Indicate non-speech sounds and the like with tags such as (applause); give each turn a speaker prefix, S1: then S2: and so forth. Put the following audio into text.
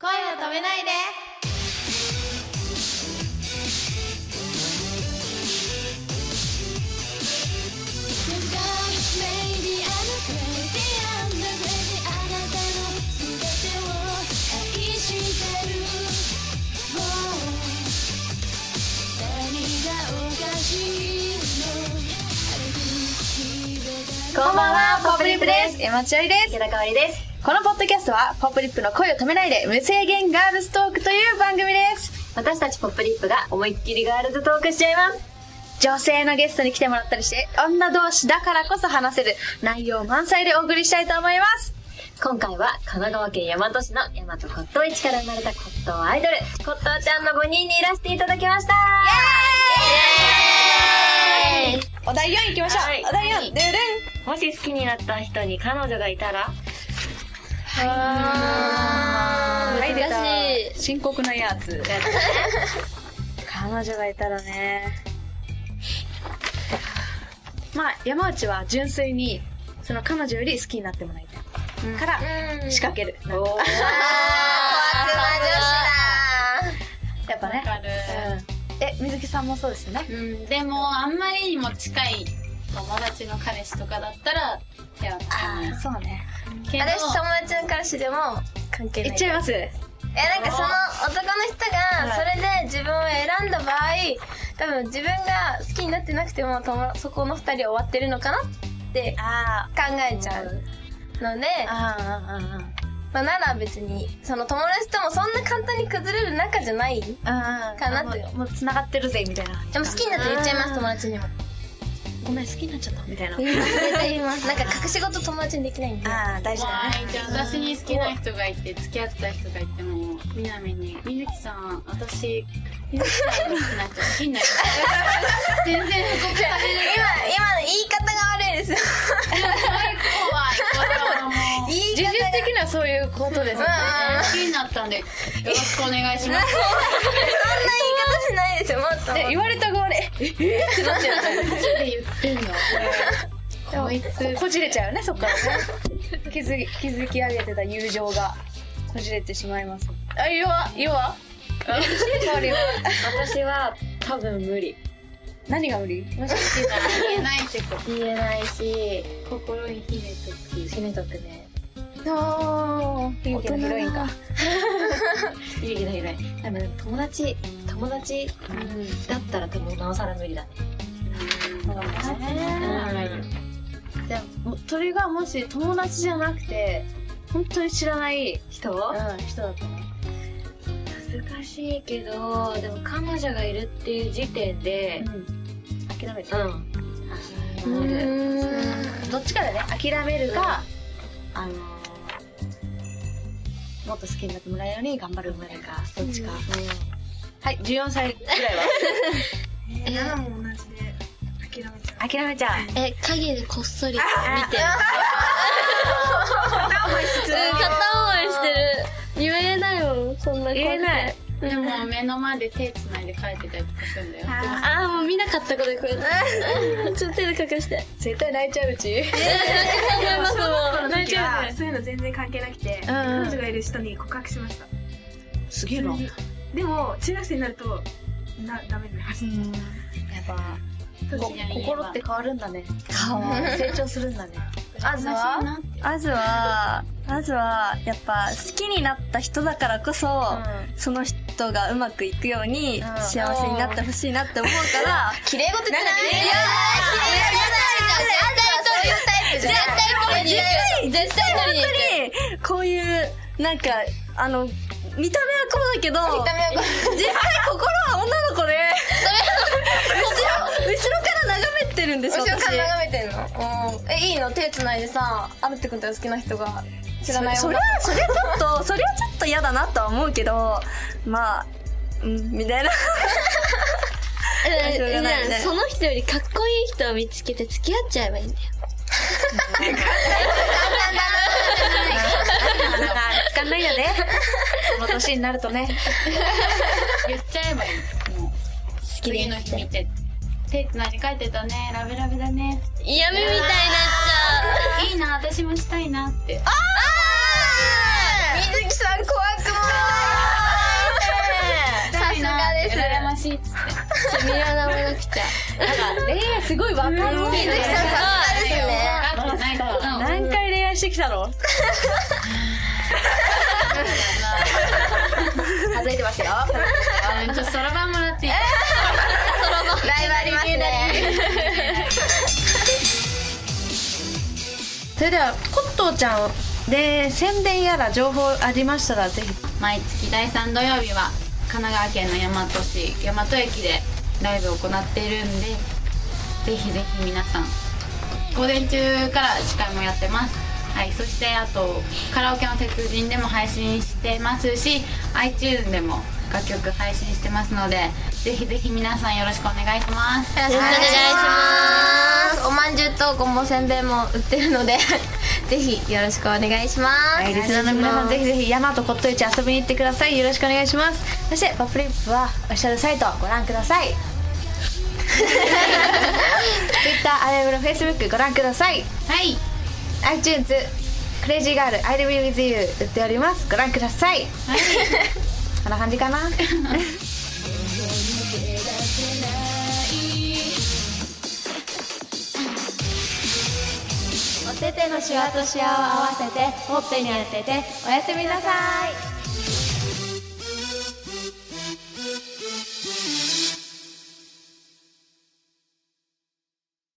S1: 声を止めないで
S2: こんばんは、ポップリップです。山千代です。
S1: 田香織です
S2: このポッドキャストは、ポップリップの声を止めないで、無制限ガールストークという番組です。
S1: 私たちポップリップが思いっきりガールズトークしちゃいます
S2: 女性のゲストに来てもらったりして、女同士だからこそ話せる内容満載でお送りしたいと思います。
S1: 今回は神奈川県大和市の大和骨董市から生まれた骨董アイドル骨董ちゃんの5人にいらしていただきましたイエーイ
S2: お題4いきましょう。
S1: はい
S2: お題4、
S1: はい
S2: ルル
S1: もし好きになった人に彼女がいたら
S2: ン。は
S1: ー難
S2: しい。深刻なやつ。彼女がいたらね。まあ、山内は純粋に、その彼女より好きになってもらいたい。から、仕掛ける。
S1: おお
S2: やっぱね。うん、え、水木さんもそうですよね。
S3: うん、でもあんまりにも近い友達の彼氏とかだったら手は出さない
S2: そうね。
S3: けど
S4: 私友達の彼氏でも関係
S2: い
S4: な
S2: っ
S4: い
S2: ちゃいます。
S4: えなんかその男の人がそれで自分を選んだ場合多分自分が好きになってなくてもともそこの2人終わってるのかなって
S2: あ
S4: 考えちゃうので、
S2: あ。ああ、
S4: まあ、なら別にその友達ともそんな簡単に崩れる仲じゃないで
S2: ああ。
S4: かなって
S2: あもう繋がってるぜ、みたいな。
S4: も好きになって言っちゃいます友達にも
S2: ごめん、好きになっちゃった、みたいな。
S4: 絶対言いますなんか隠し事友達にできないんで
S2: ああ、大事だ
S3: は
S2: ね。
S3: いじゃあ私に好きな人がいて付き合ってた人がいてもみなみに「みずきさん私みずきさんの好きな人好きになりたい」全然不告される
S4: 今今の言い方が悪いですよ
S3: 怖い怖いもう
S4: 言い
S2: 技
S4: 方
S2: 術的にはそういうことですね。
S3: 好きになったんでよろしくお願いします
S4: そんな言い方しないですよもっと
S2: で言われた側で、えええってなっちゃう。
S3: マジで言ってんのこれこいつ
S2: こじれちゃうね、そっから (laughs) ね。気づき、築き上げてた友情が、こじれてしまいます。あ、言わ、言わ。香りは
S1: 私は多分無理
S2: 何が無理
S3: もし好きなら言えないってこ
S1: 言えないし
S3: と心に秘めとき
S1: 決めとくね
S2: ああ、ピンクのヒロインか。
S1: 勇気のいないでも友達友達だったら多分なおさら無理だね
S3: そうね
S2: でもそれがもし友達じゃなくて本当に知らない、
S1: 人
S2: 人だったら
S1: 難しいけどでも彼女がいるっていう時点で
S2: 諦めて
S1: うん
S4: う
S1: うん
S4: ーん
S2: どっちかだよね諦めるか、あのーもっと好きになってもらえるように頑張るまでかどっちか、はい14歳ぐらい
S5: (laughs)
S2: は諦めちゃう
S6: え、影でこっそり見て。
S2: 普通
S6: うん片思いしてる。言えないもん、そんな
S2: 言え
S6: い。
S2: ない
S3: でも目の前で手つないで帰ってたりとかするんだよ。
S6: あー、もう見なかったことにこうや
S4: (laughs)
S6: って。ちょっと手で隠して。
S2: 絶対泣いちゃううち
S6: 考えますもん。
S7: 大丈夫そういうの全然関係なくて、彼女がいる人に告白しました
S2: すげえなやっ
S7: でも中学生になるとなダメになりました
S2: ぱこ
S3: 突然言えば
S2: 心って変わるんだね成長するんだね
S4: あずは
S3: なって
S5: まずは、まずは、やっぱ好きになった人だからこそ、その人がうまくいくように、幸せになってほしいなって思うから、
S2: (laughs)
S4: 綺麗事じゃないいやー綺麗事じゃない絶対そういうタイプじゃない
S6: 絶対取りに行く。
S5: 本当に、こういう、なんか、あの、見た目はこうだけ
S4: 見た目
S5: ど、
S4: は
S5: 実際心は女の子で、後ろ、後ろから眺めてるんです
S4: 後
S5: よ、
S4: ろ
S5: 私
S4: か。ら眺めてんのうんえいいの手繋いでさあるってことは好きな人が知らない
S5: それ
S4: 女
S5: は、それはちょっと、それはちょっと嫌だなとは思うけど、まあ、うん、みたいな。しょうがないね
S6: その人よりかっこいい人を見つけて付き合っちゃえばいいんだよ。
S2: つかんないよねこの年になるとね
S3: 言っちゃえばいい。もう
S6: 好き
S3: 次の日見て手つないで帰ってたね。ラブラブだね。
S6: 嫌味みたいになっちゃ
S3: いいな私もしたいなって。
S4: 水木さん怖くも
S6: 見習わなく
S3: (laughs)
S6: ちゃ。
S2: 恋愛すごい若い
S4: ゆずきさんさすがですね
S3: 分かってないからな。
S2: 何回恋愛してきたの
S4: 外れてますよ
S3: あちょっとそろばんもらっていい
S4: ライブありますね
S2: それではコットーちゃんで宣伝やら情報ありましたらぜひ
S3: 毎月第3土曜日は神奈川県の大和市大和駅でライブを行っているんでぜひぜひ皆さん午前中から司会もやってますはいそしてあとカラオケの鉄人でも配信してますし iTunes でも楽曲配信してますのでぜひぜひ皆さんよろしくお願いします
S4: よろしくお願いしますおまんじゅうとごんぼうせんべいも売ってるのでぜひよろしくお願いします、
S2: はい、リスナーの皆さんぜひぜひ山と骨董市遊びに行ってくださいよろしくお願いしますそしてパプリップはオフィシャルサイトをご覧くだ (laughs) さい Twitter アレブロ Facebook ご覧ください
S3: はい
S2: iTunes クレイジーガール I'll be with you 売っておりますご覧ください、こんな感じかな
S4: お手手のシワとシワを合わせてほっぺに当てておやすみなさい